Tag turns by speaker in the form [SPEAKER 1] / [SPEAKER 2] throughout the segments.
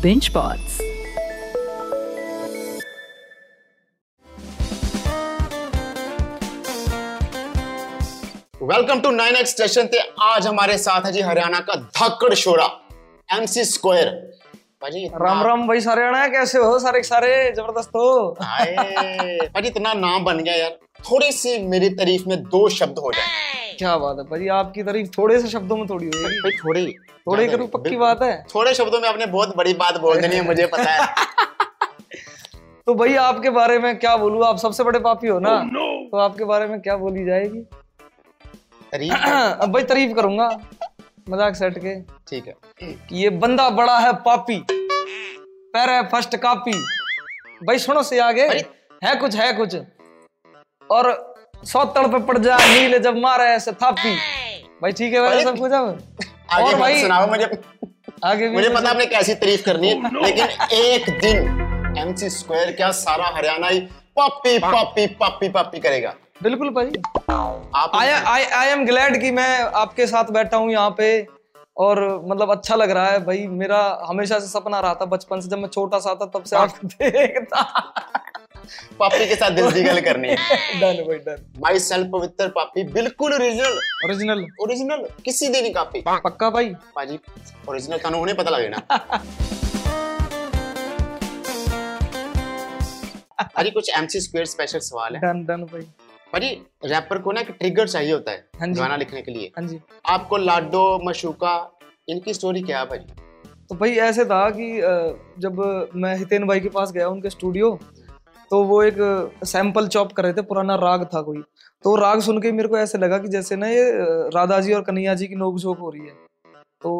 [SPEAKER 1] Binge Bots.
[SPEAKER 2] Welcome to nine X station थे आज हमारे साथ है जी हरियाणा का धक्कड़ शोरा एमसी स्क्वायर भाजी इतना-
[SPEAKER 3] राम राम भाई सारे आना कैसे हो सारे के सारे जबरदस्त हो
[SPEAKER 2] हाय। भाजी इतना नाम बन गया यार थोड़ी सी मेरी तारीफ में दो शब्द हो जाए
[SPEAKER 3] क्या बात है भाई आपकी तारीफ थोड़े से शब्दों में थोड़ी होगी
[SPEAKER 2] भाई थोड़ी
[SPEAKER 3] थोड़े
[SPEAKER 2] ज्यादा
[SPEAKER 3] करूँ
[SPEAKER 2] नहीं।
[SPEAKER 3] पक्की
[SPEAKER 2] बिल-
[SPEAKER 3] बात है
[SPEAKER 2] थोड़े शब्दों में आपने बहुत बड़ी बात बोल देनी है मुझे पता है
[SPEAKER 3] तो भाई आपके बारे में क्या बोलूँ आप सबसे बड़े पापी हो ना तो आपके बारे में क्या बोली जाएगी
[SPEAKER 2] तारीफ
[SPEAKER 3] अब भाई तारीफ करूंगा मजाक सेट के
[SPEAKER 2] ठीक है
[SPEAKER 3] कि ये बंदा बड़ा है पापी पैर है फर्स्ट कापी भाई सुनो से आगे है कुछ है कुछ और सौ तड़ पे पड़ जा नीले जब मारे ऐसे थापी भाई ठीक है भाई
[SPEAKER 2] भाई-
[SPEAKER 3] सब कुछ अब
[SPEAKER 2] आगे
[SPEAKER 3] और
[SPEAKER 2] मत
[SPEAKER 3] भाई-
[SPEAKER 2] सुनाओ मुझे
[SPEAKER 3] आगे भी
[SPEAKER 2] मुझे पता है आपने कैसी तारीफ करनी है लेकिन एक दिन एमसी स्क्वायर क्या सारा हरियाणा ही पप्पी
[SPEAKER 3] हाँ।
[SPEAKER 2] पप्पी पप्पी पप्पी करेगा
[SPEAKER 3] बिल्कुल भाई
[SPEAKER 2] आप
[SPEAKER 3] I I I am glad कि मैं आपके साथ बैठा हूँ यहाँ पे और मतलब अच्छा लग रहा है भाई मेरा हमेशा से सपना रहा था बचपन से जब मैं छोटा सा था तब से आप देखता
[SPEAKER 2] पापी के साथ दिल की गल करनी है
[SPEAKER 3] डन भाई डन
[SPEAKER 2] माई सेल्फ पवित्र पापी बिल्कुल ओरिजिनल
[SPEAKER 3] ओरिजिनल
[SPEAKER 2] ओरिजिनल किसी दी नहीं कापी
[SPEAKER 3] पक्का भाई
[SPEAKER 2] पाजी ओरिजिनल ਤੁਹਾਨੂੰ ਹੁਣੇ ਪਤਾ ਲੱਗ ਜਾਣਾ अरे कुछ एमसी स्क्वायर स्पेशल सवाल है
[SPEAKER 3] डन डन भाई
[SPEAKER 2] भाजी रैपर को ना एक ट्रिगर चाहिए होता
[SPEAKER 3] हाँ
[SPEAKER 2] है
[SPEAKER 3] जी।
[SPEAKER 2] गाना लिखने के लिए
[SPEAKER 3] हाँ जी
[SPEAKER 2] आपको लाडो मशूका इनकी स्टोरी क्या है भाजी
[SPEAKER 3] तो भाई ऐसे था कि अ, जब मैं हितेन भाई के पास गया उनके स्टूडियो तो वो एक सैंपल चॉप कर रहे थे पुराना राग था कोई तो राग सुन के मेरे को ऐसे लगा कि जैसे ना ये अ, राधा जी और कन्हैया जी की नोकझोंक हो रही है तो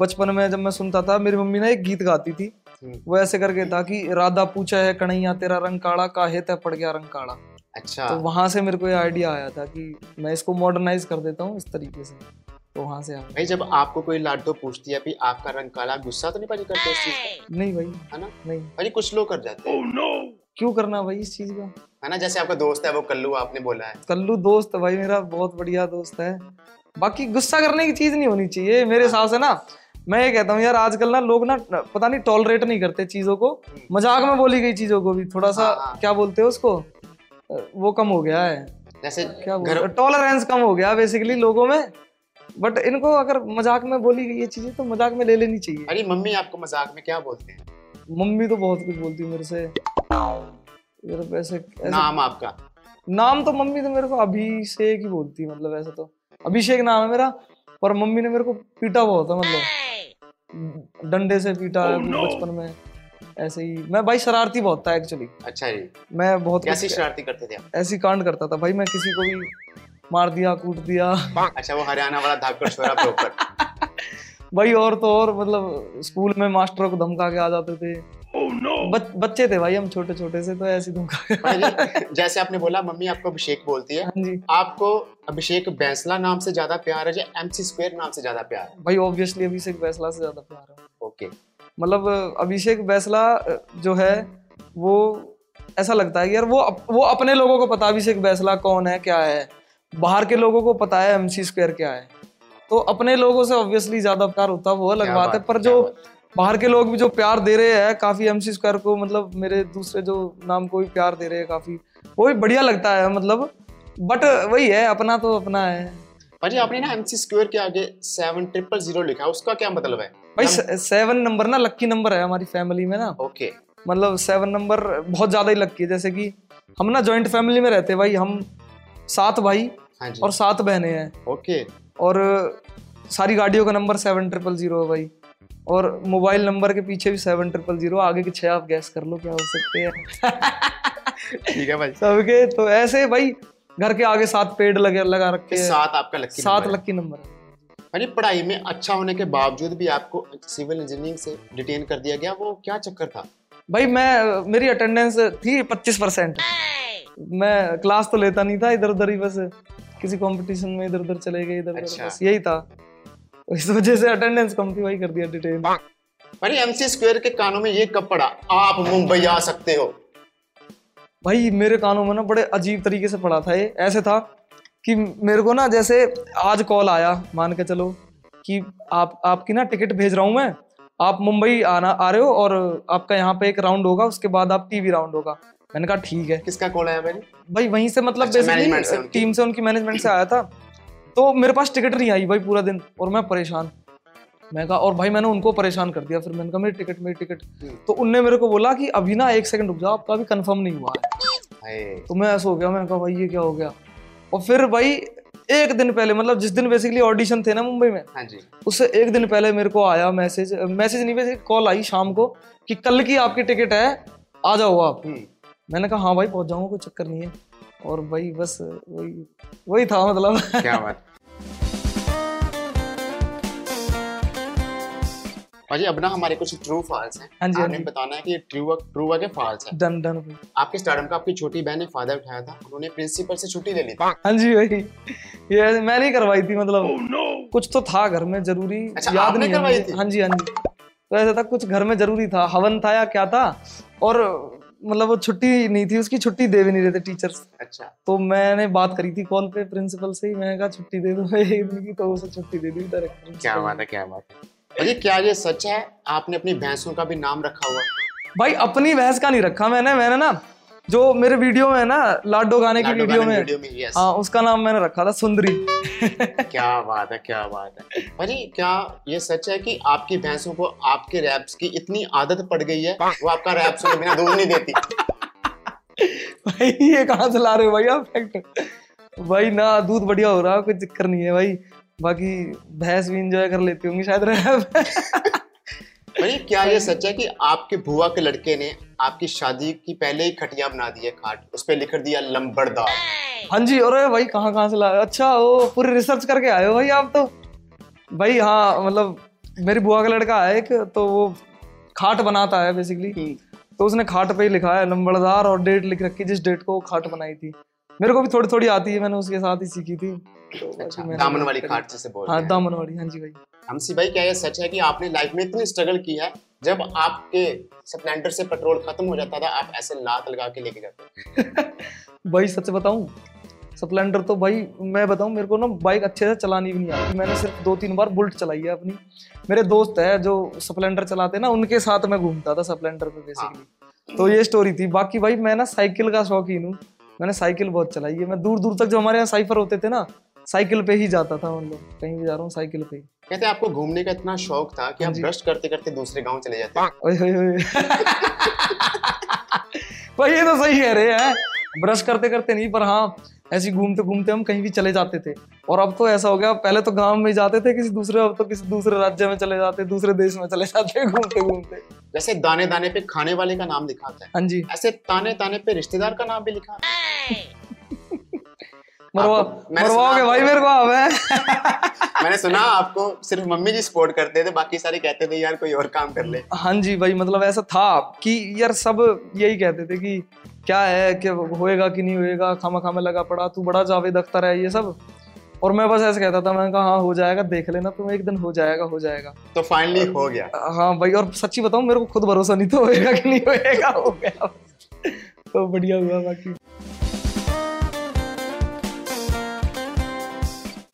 [SPEAKER 3] बचपन में जब मैं सुनता था मेरी मम्मी ना एक गीत गाती थी
[SPEAKER 2] हम्म।
[SPEAKER 3] वो ऐसे करके था कि राधा पूछा है कन्हैया तेरा रंग काला काहे तय पड़ गया रंग काला
[SPEAKER 2] अच्छा
[SPEAKER 3] तो वहां से मेरे को ये आइडिया आया था कि मैं इसको मॉडर्नाइज कर देता हूँ इस तरीके से तो वहां से आया
[SPEAKER 2] भाई जब आपको कोई लाडो पूछती है भी आपका रंग काला गुस्सा तो नहीं भाजी करते उस चीज पे
[SPEAKER 3] नहीं भाई
[SPEAKER 2] है ना
[SPEAKER 3] नहीं
[SPEAKER 2] भाजी कुछ लोग कर जाते हैं
[SPEAKER 3] क्यों करना भाई इस चीज का
[SPEAKER 2] है ना जैसे आपका दोस्त है वो कल्लू आपने बोला है
[SPEAKER 3] कल्लू दोस्त है भाई मेरा बहुत बढ़िया दोस्त है बाकी गुस्सा करने की चीज नहीं होनी चाहिए मेरे
[SPEAKER 2] हाँ।
[SPEAKER 3] हिसाब से ना मैं ये कहता हूँ यार आजकल ना लोग ना पता नहीं टॉलरेट नहीं करते चीजों को मजाक में बोली गई चीजों को भी थोड़ा सा
[SPEAKER 2] हम्म। हाँ, हाँ।
[SPEAKER 3] क्या बोलते हैं उसको अ, वो कम हो गया है
[SPEAKER 2] जैसे
[SPEAKER 3] क्या
[SPEAKER 2] घर
[SPEAKER 3] बोलते टॉलरेंस कम हो गया बेसिकली लोगों में बट इनको अगर मजाक में बोली गई ये चीजें तो मजाक में ले लेनी चाहिए
[SPEAKER 2] अरे मम्मी आपको मजाक में क्या बोलते हैं
[SPEAKER 3] मम्मी तो बहुत कुछ बोलती है मेरे से
[SPEAKER 2] हाँ।
[SPEAKER 3] यार वैसे ऐसे
[SPEAKER 2] नाम आपका
[SPEAKER 3] नाम तो मम्मी तो मेरे को अभिषेक ही बोलती है मतलब ऐसे तो अभिषेक नाम है मेरा पर मम्मी ने मेरे को पीटा बहुत है मतलब डंडे से पीटा है बचपन में ऐसे ही मैं भाई शरारती बहुत था एक्चुअली
[SPEAKER 2] अच्छा जी
[SPEAKER 3] मैं बहुत
[SPEAKER 2] कैसी
[SPEAKER 3] कुछ-
[SPEAKER 2] शरारती करते थे आप
[SPEAKER 3] ऐसी कांड करता था भाई मैं किसी को भी मार दिया कूट दिया
[SPEAKER 2] अच्छा वो हरियाणा वाला धाकड़ छोरा प्रॉपर
[SPEAKER 3] भाई और तो और मतलब स्कूल में मास्टरों को धमका के आ जाते थे बच, बच्चे थे भाई हम छोटे छोटे से तो ऐसे धमका के
[SPEAKER 2] जैसे आपने बोला मम्मी आपको अभिषेक बोलती है
[SPEAKER 3] हाँ जी
[SPEAKER 2] आपको अभिषेक बैंसला नाम से ज्यादा प्यार है या एमसी स्क्वायर नाम से ज्यादा प्यार है
[SPEAKER 3] भाई ऑब्वियसली अभिषेक फैसला से ज्यादा प्यार है
[SPEAKER 2] ओके
[SPEAKER 3] मतलब अभिषेक बैसला जो है वो ऐसा लगता है कि यार वो अप, वो अपने लोगों को पता है अभिषेक बैसला कौन है क्या है बाहर के लोगों को पता है एमसी स्क्वायर क्या है तो अपने लोगों से ऑब्वियसली ज्यादा प्यार होता है वो अलग
[SPEAKER 2] क्या
[SPEAKER 3] बात है
[SPEAKER 2] बात-
[SPEAKER 3] पर
[SPEAKER 2] क्या
[SPEAKER 3] जो
[SPEAKER 2] बात।
[SPEAKER 3] बाहर के लोग भी जो प्यार दे रहे हैं काफी एमसी स्क्वायर को मतलब मेरे दूसरे जो नाम को भी प्यार दे रहे हैं काफी वो भी बढ़िया लगता है मतलब बट वही है अपना तो अपना है
[SPEAKER 2] भाजी आपने ना एमसी स्क्वायर के आगे सेवन ट्रिपल जीरो लिखा है, उसका क्या मतलब है
[SPEAKER 3] भाई सेवन नंबर ना लक्की नंबर है हमारी फैमिली में ना
[SPEAKER 2] ओके
[SPEAKER 3] मतलब सेवन नंबर बहुत ज्यादा ही लगती है जैसे कि हम ना जॉइंट फैमिली में रहते हैं भाई हम सात भाई
[SPEAKER 2] हाँ जी
[SPEAKER 3] और सात बहनें हैं
[SPEAKER 2] ओके
[SPEAKER 3] और सारी गाड़ियों का नंबर सेवन ट्रिपल जीरो है भाई और मोबाइल नंबर के पीछे भी सेवन ट्रिपल जीरो आगे के छह आप गैस कर लो क्या हो सकते हैं
[SPEAKER 2] ठीक है भाई
[SPEAKER 3] सबके तो ऐसे भाई घर के आगे सात पेड़ लगे लगा रखे हैं।
[SPEAKER 2] सात आपका लकी
[SPEAKER 3] सात
[SPEAKER 2] नंबर है।
[SPEAKER 3] लक्की नंबर है।
[SPEAKER 2] भाजी पढ़ाई में अच्छा होने के बावजूद भी आपको सिविल इंजीनियरिंग से डिटेन कर दिया गया वो क्या चक्कर था
[SPEAKER 3] भाई मैं मेरी अटेंडेंस थी पच्चीस परसेंट मैं क्लास तो लेता नहीं था इधर उधर ही बस किसी कंपटीशन में इधर उधर चले गए इधर उधर
[SPEAKER 2] अच्छा।
[SPEAKER 3] बस यही था तो इस वजह से अटेंडेंस कम थी भाई कर दिया डिटेल
[SPEAKER 2] अरे एमसी स्क्वायर के कानों में ये कब पड़ा आप मुंबई आ सकते हो
[SPEAKER 3] भाई मेरे कानों में ना बड़े अजीब तरीके से पड़ा था ये ऐसे था कि मेरे को ना जैसे आज कॉल आया मान के चलो कि आप आपकी ना टिकट भेज रहा हूँ मैं आप मुंबई आना आ रहे हो और आपका यहाँ पे एक राउंड होगा उसके बाद आप टीवी राउंड होगा मैंने कहा ठीक है
[SPEAKER 2] किसका कॉल आया भाई
[SPEAKER 3] भाई वहीं से मतलब
[SPEAKER 2] अच्छा, management से
[SPEAKER 3] बेसिकली
[SPEAKER 2] उनकी।
[SPEAKER 3] टीम से उनकी मैनेजमेंट से आया था तो मेरे पास टिकट नहीं आई भाई पूरा दिन और मैं परेशान मैं कहा और भाई मैंने उनको परेशान कर दिया फिर मैंने कहा मेरी टिकट मेरी टिकट
[SPEAKER 2] हम्म।
[SPEAKER 3] तो उनने मेरे को बोला कि अभी ना एक सेकंड रुक जाओ आपका अभी कंफर्म नहीं हुआ है
[SPEAKER 2] हाय।
[SPEAKER 3] तो मैं ऐसा हो गया मैंने कहा भाई ये क्या हो गया और फिर भाई एक दिन पहले मतलब जिस दिन बेसिकली ऑडिशन थे ना मुंबई में
[SPEAKER 2] हाँ जी
[SPEAKER 3] उससे एक दिन पहले मेरे को आया मैसेज मैसेज नहीं वैसे कॉल आई शाम को कि कल की आपकी टिकट है आ जाओ आप
[SPEAKER 2] हम्म।
[SPEAKER 3] मैंने कहा हाँ भाई पहुंच जाऊंगा कोई चक्कर नहीं है और भाई बस वही वही था मतलब
[SPEAKER 2] क्या बात भाजी अब ना हमारे कुछ ट्रू फॉल्स हैं
[SPEAKER 3] हाँ जी, हाँ
[SPEAKER 2] आपने
[SPEAKER 3] जी।
[SPEAKER 2] बताना है कि ट्रू ट्रू है कि फॉल्स है
[SPEAKER 3] डन डन भाई।
[SPEAKER 2] आपके स्टार्टअप का आपकी छोटी बहन ने फायदा उठाया था उन्होंने प्रिंसिपल से छुट्टी ले ली थी।
[SPEAKER 3] हाँ जी भाई ये ऐसे- मैं नहीं करवाई थी मतलब कुछ तो था घर में जरूरी
[SPEAKER 2] Oh, अच्छा,
[SPEAKER 3] याद
[SPEAKER 2] आपने
[SPEAKER 3] नहीं है
[SPEAKER 2] करवाई
[SPEAKER 3] मुझे।
[SPEAKER 2] थी?
[SPEAKER 3] हाँ जी हाँ जी तो ऐसा था कुछ घर में जरूरी था हवन था या क्या था और मतलब वो छुट्टी नहीं थी उसकी छुट्टी दे भी नहीं रहे थे टीचर्स
[SPEAKER 2] अच्छा
[SPEAKER 3] तो मैंने बात करी थी कॉल पे प्रिंसिपल से ही मैंने कहा छुट्टी दे दो एक दिन की तो उसे छुट्टी दे दी डायरेक्ट
[SPEAKER 2] क्या बात है क्या बात है भाजी क्या ये सच है आपने अपनी भैंसों का भी नाम रखा हुआ है?
[SPEAKER 3] भाई अपनी बहस का नहीं रखा मैंने मैंने ना जो मेरे वीडियो में है ना लाडो गाने की
[SPEAKER 2] लाडो
[SPEAKER 3] वीडियो
[SPEAKER 2] गाने
[SPEAKER 3] में
[SPEAKER 2] वीडियो में यस
[SPEAKER 3] हाँ उसका नाम मैंने रखा था सुंदरी
[SPEAKER 2] क्या बात है क्या बात है भाजी क्या ये सच है कि आपकी भैंसों को आपके रैप्स की इतनी आदत पड़ गई है वो आपका रैप सुने बिना दूध नहीं देती
[SPEAKER 3] भाई ये कहाँ से ला रहे हो भाई आप फैक्ट भाई ना दूध बढ़िया हो रहा है कोई चक्कर नहीं है भाई बाकी भैंस भी इंजॉय कर लेती होंगी शायद रैप
[SPEAKER 2] भाई क्या ये सच है कि आपके बुआ के लड़के ने आपकी शादी की पहले ही खटिया बना दी है खाट उस पर लिख दिया लंबड़दार
[SPEAKER 3] हाँ जी अरे भाई कहाँ कहाँ से ला अच्छा ओ पूरी रिसर्च करके आए हो भाई आप तो भाई हाँ मतलब मेरी बुआ का लड़का है एक तो वो खाट बनाता है बेसिकली
[SPEAKER 2] हम्म।
[SPEAKER 3] तो उसने खाट पे ही लिखा है लंबड़दार और डेट लिख रखी जिस डेट को वो खाट बनाई थी मेरे को भी थोड़ी थोड़ी आती है मैंने उसके साथ ही सीखी थी तो बाकी
[SPEAKER 2] अच्छा
[SPEAKER 3] मैंने-
[SPEAKER 2] दामन वाली खाट जिसे बोल
[SPEAKER 3] हाँ
[SPEAKER 2] रहे हैं
[SPEAKER 3] दामन वाली हाँ जी भाई
[SPEAKER 2] हमसी भाई क्या ये सच है कि आपने लाइफ में इतनी स्ट्रगल की है जब आपके स्प्लेंडर से पेट्रोल खत्म हो जाता था आप ऐसे लात लगा के लेके जाते थे।
[SPEAKER 3] भाई सच बताऊं स्प्लेंडर तो भाई मैं बताऊं मेरे को ना बाइक अच्छे से चलानी भी नहीं आती मैंने सिर्फ दो तीन बार बुलेट चलाई है अपनी मेरे दोस्त है जो स्प्लेंडर चलाते ना उनके साथ मैं घूमता था स्प्लेंडर पे बेसिकली तो ये स्टोरी थी बाकी भाई मैं ना साइकिल का शौकीन हूँ मैंने साइकिल बहुत चलाई है मैं दूर दूर तक जो हमारे यहाँ साइफर होते थे ना साइकिल पे ही जाता था मतलब कहीं भी जा रहा हूँ साइकिल पे ही
[SPEAKER 2] कहते हैं आपको घूमने का इतना शौक था कि आप
[SPEAKER 3] हाँ जी।
[SPEAKER 2] ब्रश करते करते दूसरे गांव चले जाते थे।
[SPEAKER 3] ओए ओए ओए भाई ये तो सही कह रहे हैं ब्रश करते करते नहीं पर हाँ ऐसे ही घूमते घूमते हम कहीं भी चले जाते थे और अब तो ऐसा हो गया पहले तो गांव में ही जाते थे किसी दूसरे अब तो किसी दूसरे राज्य में चले जाते दूसरे देश में चले जाते घूमते घूमते
[SPEAKER 2] जैसे दाने दाने पे खाने वाले का नाम लिखा होता है
[SPEAKER 3] हाँ जी
[SPEAKER 2] ऐसे ताने ताने पे रिश्तेदार का नाम भी लिखा होता है।
[SPEAKER 3] मरवा
[SPEAKER 2] आपको- मैंने सुना
[SPEAKER 3] मरवाओगे भाई
[SPEAKER 2] आपको-
[SPEAKER 3] मेरे को आप हैं
[SPEAKER 2] मैंने सुना आपको सिर्फ मम्मी जी सपोर्ट करते थे बाकी सारे कहते थे यार कोई और काम कर ले
[SPEAKER 3] हाँ जी भाई मतलब ऐसा था कि यार सब यही कहते थे कि क्या है कि होएगा कि नहीं होएगा खामा खामा लगा पड़ा तू बड़ा जावेद अख्तर है ये सब और मैं बस ऐसे कहता था मैंने कहा हाँ हो जाएगा देख लेना तुम्हें एक दिन हो जाएगा हो जाएगा
[SPEAKER 2] तो फाइनली हो गया
[SPEAKER 3] हाँ भाई और सच्ची बताऊं मेरे को खुद भरोसा नहीं था होएगा कि नहीं होएगा हो गया तो बढ़िया हुआ बाकी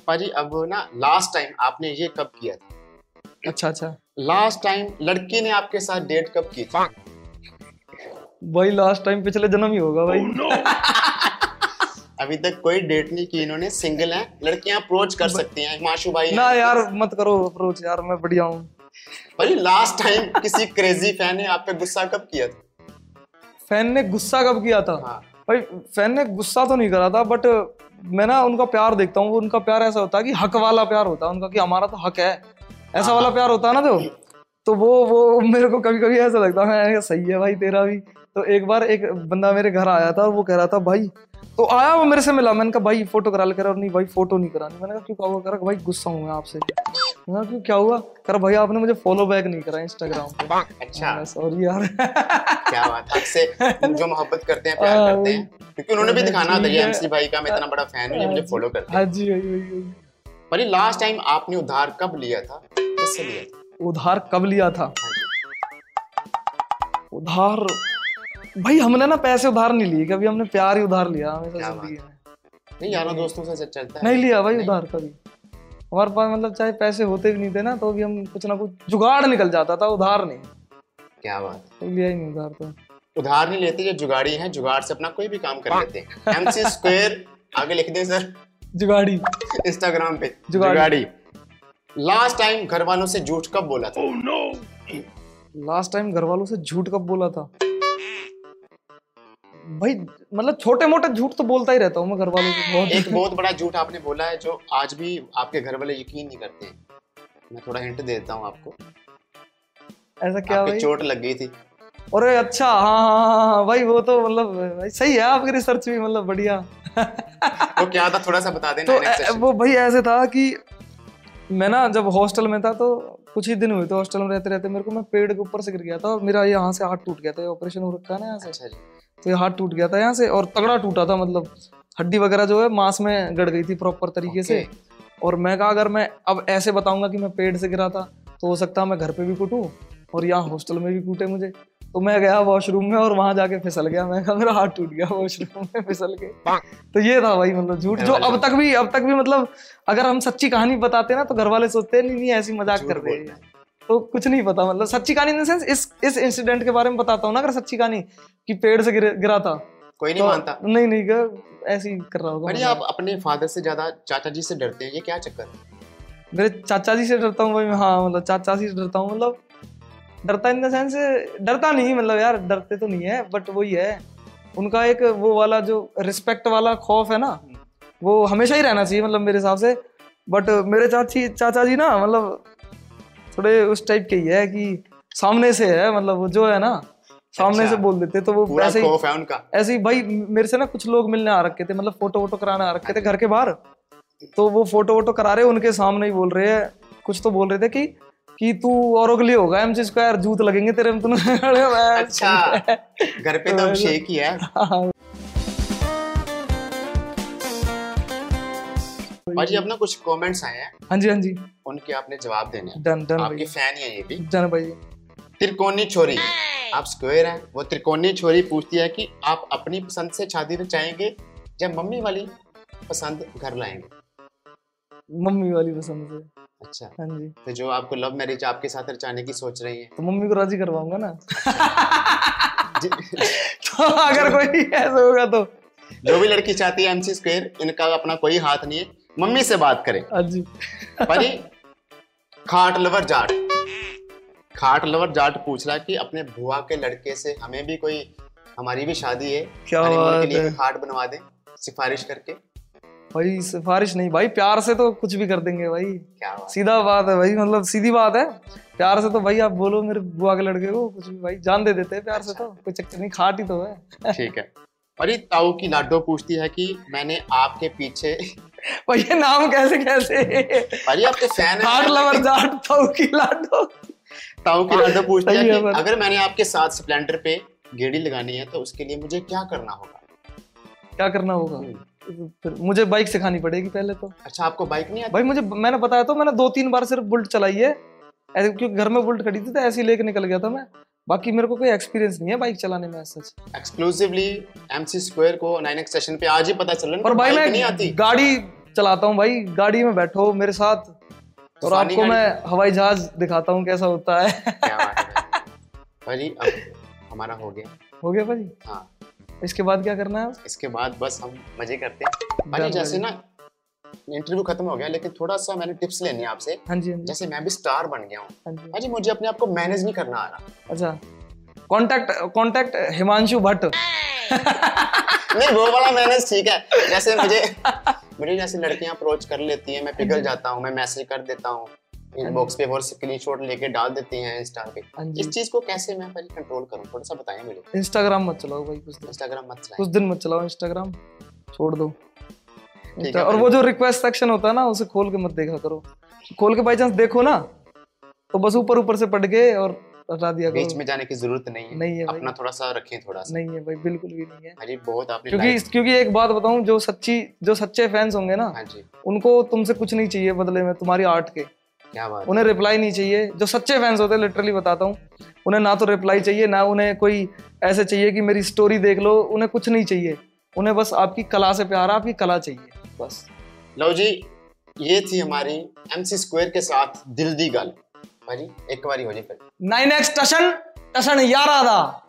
[SPEAKER 2] पाजी अब ना लास्ट टाइम आपने ये कब किया था
[SPEAKER 3] अच्छा अच्छा
[SPEAKER 2] लास्ट टाइम लड़की ने आपके साथ डेट कब की थी
[SPEAKER 3] भाई लास्ट टाइम पिछले जन्म ही होगा भाई
[SPEAKER 2] अभी तक कोई डेट नहीं की इन्होंने सिंगल हैं लड़कियां अप्रोच कर सकती हैं हिमांशु भाई हैं।
[SPEAKER 3] ना यार मत करो अप्रोच यार मैं बढ़िया हूँ
[SPEAKER 2] भाजी लास्ट टाइम किसी क्रेजी फैन ने आप पे गुस्सा कब किया था
[SPEAKER 3] फैन ने गुस्सा कब किया था
[SPEAKER 2] हाँ
[SPEAKER 3] भाई फैन ने गुस्सा तो नहीं करा था बट मैं ना उनका प्यार देखता हूँ वो उनका प्यार ऐसा होता है कि हक वाला प्यार होता है उनका कि हमारा तो हक है ऐसा वाला प्यार होता है ना जो तो वो वो मेरे को कभी कभी ऐसा लगता है मैंने कहा, सही है भाई तेरा भी तो एक बार एक बंदा मेरे घर आया था और वो कह रहा था भाई तो आया वो मेरे से मिला मैंने कहा भाई फोटो करा ले कह रहा नहीं भाई फोटो नहीं करानी मैंने कहा क्यों क्या हुआ कह रहा भाई गुस्सा हूँ मैं आपसे मैंने कहा क्यों क्या हुआ कह रहा भाई आपने मुझे फॉलो बैक नहीं करा इंस्टाग्राम
[SPEAKER 2] अच्छा
[SPEAKER 3] पे सॉरी यार
[SPEAKER 2] क्या बात है आपसे जो मोहब्बत करते हैं प्यार
[SPEAKER 3] हाँ,
[SPEAKER 2] करते हैं क्योंकि उन्होंने भी दिखाना था
[SPEAKER 3] ठीक
[SPEAKER 2] ये
[SPEAKER 3] है।
[SPEAKER 2] एमसी भाई का मैं इतना बड़ा फैन हूँ ये मुझे फॉलो करते हैं
[SPEAKER 3] हाँ जी भाई भाई भाई
[SPEAKER 2] भाजी लास्ट टाइम आपने उधार कब लिया था किससे लिया था
[SPEAKER 3] उधार कब लिया था
[SPEAKER 2] हाँ जी।
[SPEAKER 3] उधार भाई हमने ना पैसे उधार नहीं लिए कभी हमने प्यार ही उधार लिया हमेशा
[SPEAKER 2] क्या
[SPEAKER 3] जिंदगी में
[SPEAKER 2] नहीं यारों दोस्तों से चलता है
[SPEAKER 3] नहीं लिया भाई उधार कभी हमारे पास मतलब चाहे पैसे होते भी नहीं थे ना तो भी हम कुछ ना कुछ जुगाड़ निकल जाता था उधार नहीं
[SPEAKER 2] क्या बात है।
[SPEAKER 3] तो लिया ही नहीं उधार तो
[SPEAKER 2] उधार नहीं लेते जो जुगाड़ी हैं जुगाड़ से अपना कोई भी काम कर लेते हैं
[SPEAKER 3] हाँ।
[SPEAKER 2] एमसी स्क्वायर आगे लिख दें सर
[SPEAKER 3] जुगाड़ी
[SPEAKER 2] इंस्टाग्राम पे
[SPEAKER 3] जुगाड़ी।
[SPEAKER 2] जुगाड़ी लास्ट टाइम घर वालों से झूठ कब बोला था
[SPEAKER 3] लास्ट टाइम घर वालों से झूठ कब बोला था भाई मतलब छोटे मोटे झूठ तो बोलता ही रहता हूँ मैं घर वालों से बहुत
[SPEAKER 2] एक बहुत बड़ा झूठ आपने बोला है जो आज भी आपके घर वाले यकीन नहीं करते हैं मैं थोड़ा हिंट देता हूँ आपको
[SPEAKER 3] ऐसा क्या
[SPEAKER 2] आपकी
[SPEAKER 3] भाई
[SPEAKER 2] चोट लग गई थी
[SPEAKER 3] अरे अच्छा हाँ हाँ हाँ, हाँ भाई वो तो मतलब भाई, सही है आपकी रिसर्च भी मतलब बढ़िया
[SPEAKER 2] वो क्या था थोड़ा सा बता देना
[SPEAKER 3] तो
[SPEAKER 2] next
[SPEAKER 3] ए-
[SPEAKER 2] session
[SPEAKER 3] वो भाई ऐसे था कि मैं ना जब हॉस्टल में था तो कुछ ही दिन हुए थे हॉस्टल में रहते रहते मेरे को मैं पेड़ के ऊपर से गिर गया था और मेरा यहाँ से हाथ टूट गया था ऑपरेशन हो रखा है ना यहाँ
[SPEAKER 2] में।
[SPEAKER 3] से
[SPEAKER 2] अच्छा जी
[SPEAKER 3] तो ये हाथ टूट गया था यहाँ से और तगड़ा टूटा था मतलब हड्डी वगैरह जो है मांस में गड़ गई थी प्रॉपर तरीके से
[SPEAKER 2] Okay.
[SPEAKER 3] और मैं कहा अगर मैं अब ऐसे बताऊंगा कि मैं पेड़ से गिरा था तो हो सकता है मैं घर पे भी कूटूं और यहाँ हॉस्टल में भी कूटे मुझे तो मैं गया वॉशरूम में और वहां जाके फिसल गया मैं कहा मेरा हाथ टूट गया वॉशरूम में फिसल के तो ये था भाई मतलब झूठ जो अब तक भी अब तक भी मतलब अगर हम सच्ची कहानी बताते ना तो घर वाले सोचते हैं, नहीं नहीं ऐसी मजाक
[SPEAKER 2] झूठ
[SPEAKER 3] कर रहे
[SPEAKER 2] बोलना
[SPEAKER 3] हैं तो कुछ नहीं पता मतलब सच्ची कहानी इन सेंस इस इस इंसिडेंट के बारे में बताता हूँ ना अगर सच्ची कहानी कि पेड़ से गिरे- गिरा था
[SPEAKER 2] कोई नहीं
[SPEAKER 3] तो
[SPEAKER 2] मानता
[SPEAKER 3] नहीं नहीं ग- ऐसे ही कर रहा होगा
[SPEAKER 2] बढ़िया
[SPEAKER 3] मतलब।
[SPEAKER 2] आप अपने फादर से ज्यादा चाचा जी से डरते हैं ये क्या चक्कर
[SPEAKER 3] तो
[SPEAKER 2] है
[SPEAKER 3] मेरे चाचा जी से डरता हूँ भाई मैं, हाँ मतलब चाचा जी से डरता हूँ मतलब डरता इन द सेंस डरता नहीं मतलब यार डरते तो नहीं है बट वही है उनका एक वो वाला जो रिस्पेक्ट वाला खौफ है ना वो हमेशा ही रहना चाहिए मतलब मेरे हिसाब से बट मेरे चाची चाचा जी ना मतलब थोड़े उस टाइप के ही है कि सामने से है मतलब वो जो है ना सामने
[SPEAKER 2] अच्छा।
[SPEAKER 3] से बोल देते तो वो
[SPEAKER 2] पूरा
[SPEAKER 3] ऐसे ही
[SPEAKER 2] खौफ है उनका
[SPEAKER 3] ऐसे ही भाई मेरे से ना कुछ लोग मिलने आ रखे थे मतलब फोटो वोटो कराने आ रखे थे घर के बाहर तो वो फोटो वोटो करा रहे उनके सामने ही बोल रहे हैं कुछ तो बोल रहे थे कि कि तू औरों के लिए होगा एम सी स्क्वायर जूत लगेंगे तेरे में तूने अरे मैं-
[SPEAKER 2] अच्छा घर पे तो हम शेख ही है
[SPEAKER 3] हाँ
[SPEAKER 2] भाजी अपना कुछ कमेंट्स आए हैं
[SPEAKER 3] हाँ जी हाँ जी
[SPEAKER 2] उनके आपने जवाब देने हैं
[SPEAKER 3] डन डन
[SPEAKER 2] आपके
[SPEAKER 3] भाई
[SPEAKER 2] फैन ही है ये भी
[SPEAKER 3] डन भाई
[SPEAKER 2] त्रिकोणी छोरी आप स्क्वायर हैं वो त्रिकोणी छोरी पूछती है कि आप अपनी पसंद से शादी में चाहेंगे या मम्मी वाली पसंद घर लाएंगे
[SPEAKER 3] मम्मी वाली पसंद से
[SPEAKER 2] अच्छा
[SPEAKER 3] हाँ जी
[SPEAKER 2] तो जो आपको लव मैरिज आपके साथ रचाने की सोच रही है
[SPEAKER 3] तो मम्मी को राजी करवाऊंगा ना
[SPEAKER 2] जि-
[SPEAKER 3] तो अगर कोई ऐसा होगा तो
[SPEAKER 2] जो भी लड़की चाहती है एमसी स्क्वायर इनका अपना कोई हाथ नहीं है मम्मी से बात करें
[SPEAKER 3] हाँ जी
[SPEAKER 2] भाजी खाट लवर जाट खाट लवर जाट पूछ रहा है कि अपने बुआ के लड़के से हमें भी कोई हमारी भी शादी है
[SPEAKER 3] क्या
[SPEAKER 2] honeymoon के
[SPEAKER 3] बात
[SPEAKER 2] लिए
[SPEAKER 3] है
[SPEAKER 2] भी खाट बनवा दें सिफारिश करके
[SPEAKER 3] भाई सिफारिश नहीं भाई प्यार से तो कुछ भी कर देंगे भाई
[SPEAKER 2] क्या बात
[SPEAKER 3] सीधा बात है भाई मतलब सीधी बात है प्यार से तो भाई आप बोलो मेरे बुआ के लड़के को कुछ भी भाई जान दे देते हैं प्यार से तो कोई चक्कर नहीं खाट ही तो है
[SPEAKER 2] ठीक है अरे ताऊ की लाडो पूछती है कि मैंने आपके पीछे
[SPEAKER 3] भाई ये नाम कैसे कैसे
[SPEAKER 2] अरे आपके फैन
[SPEAKER 3] खाट लवर जाट ताऊ की लाडो
[SPEAKER 2] ताऊ की लाडो पूछती है
[SPEAKER 3] सही है
[SPEAKER 2] कि
[SPEAKER 3] पर।
[SPEAKER 2] अगर मैंने आपके साथ स्प्लेंडर पे गेड़ी लगानी है तो उसके लिए मुझे क्या करना होगा
[SPEAKER 3] क्या करना होगा फिर मुझे बाइक सिखानी पड़ेगी पहले तो
[SPEAKER 2] अच्छा आपको बाइक नहीं आती
[SPEAKER 3] भाई मुझे मैंने बताया तो मैंने दो तीन बार सिर्फ बुल्ट चलाई है ऐसे क्योंकि घर में बुल्ट खड़ी थी तो ऐसे ही लेके निकल गया था मैं बाकी मेरे को कोई एक्सपीरियंस नहीं है बाइक चलाने में ऐसा सच
[SPEAKER 2] एक्सक्लूसिवली एमसी स्क्वायर को 9x सेशन पे आज ही पता चल रहा
[SPEAKER 3] और
[SPEAKER 2] है
[SPEAKER 3] भाई
[SPEAKER 2] बाइक तो
[SPEAKER 3] मैं
[SPEAKER 2] नहीं आती
[SPEAKER 3] गाड़ी चलाता हूँ भाई गाड़ी में बैठो मेरे साथ और
[SPEAKER 2] तूफानी
[SPEAKER 3] आपको
[SPEAKER 2] गाड़ी।
[SPEAKER 3] मैं हवाई जहाज दिखाता हूँ कैसा होता है
[SPEAKER 2] क्या बात है भाई अब हमारा हो गया
[SPEAKER 3] हो गया भाई
[SPEAKER 2] हाँ
[SPEAKER 3] इसके बाद क्या करना है
[SPEAKER 2] इसके बाद बस हम मजे करते हैं भाई
[SPEAKER 3] डन
[SPEAKER 2] जैसे
[SPEAKER 3] भाई।
[SPEAKER 2] ना इंटरव्यू खत्म हो गया लेकिन थोड़ा सा मैंने टिप्स लेने हैं आपसे
[SPEAKER 3] हाँ जी हाँ जी
[SPEAKER 2] जैसे मैं भी स्टार बन गया हूँ
[SPEAKER 3] हाँ जी
[SPEAKER 2] भाजी मुझे अपने आप को मैनेज नहीं करना आ रहा
[SPEAKER 3] अच्छा कांटेक्ट कांटेक्ट हिमांशु भट्ट
[SPEAKER 2] हाँ नहीं वो वाला मैनेज ठीक है जैसे मुझे मुझे जैसे लड़कियां अप्रोच कर लेती हैं मैं पिघल जाता हूँ मैं मैसेज कर देता हूँ इनबॉक्स पे और स्क्रीनशॉट लेके डाल देती हैं इंस्टा पे
[SPEAKER 3] हाँ
[SPEAKER 2] इस
[SPEAKER 3] जी
[SPEAKER 2] चीज को कैसे मैं भाई कंट्रोल करूँ थोड़ा सा बताएं मुझे
[SPEAKER 3] इंस्टाग्राम मत चलाओ भाई कुछ दिन
[SPEAKER 2] इंस्टाग्राम मत चलाएं
[SPEAKER 3] कुछ दिन मत चलाओ इंस्टाग्राम छोड़ दो
[SPEAKER 2] ठीक है
[SPEAKER 3] और
[SPEAKER 2] भाई।
[SPEAKER 3] वो जो रिक्वेस्ट सेक्शन होता है ना उसे खोल के मत देखा करो खोल के बाई चांस देखो ना तो बस ऊपर ऊपर से पढ़ के और हटा दिया
[SPEAKER 2] बीच
[SPEAKER 3] करो
[SPEAKER 2] में जाने की जरूरत नहीं है
[SPEAKER 3] तो नहीं है भाई
[SPEAKER 2] अपना थोड़ा सा रखें थोड़ा सा
[SPEAKER 3] नहीं है भाई बिल्कुल भी नहीं है
[SPEAKER 2] भाजी बहुत आपने
[SPEAKER 3] क्योंकि
[SPEAKER 2] life-
[SPEAKER 3] क्योंकि एक बात बताऊं जो सच्ची जो सच्चे फैंस होंगे ना
[SPEAKER 2] हाँ जी
[SPEAKER 3] उनको तुमसे कुछ नहीं चाहिए बदले में तुम्हारी आर्ट के
[SPEAKER 2] क्या बात है
[SPEAKER 3] उन्हें रिप्लाई नहीं चाहिए जो सच्चे फैंस होते हैं लिटरली बताता हूँ उन्हें ना तो रिप्लाई चाहिए ना उन्हें कोई ऐसे चाहिए कि मेरी स्टोरी देख लो उन्हें कुछ नहीं चाहिए उन्हें बस आपकी कला से प्यार है, आपकी कला चाहिए बस
[SPEAKER 2] लो जी ये थी हमारी एमसी स्क्वायर के साथ दिल दी गल भाजी हाँ एक बारी हो जाए फिर
[SPEAKER 3] नाइन एक्स टशन टशन यारा दा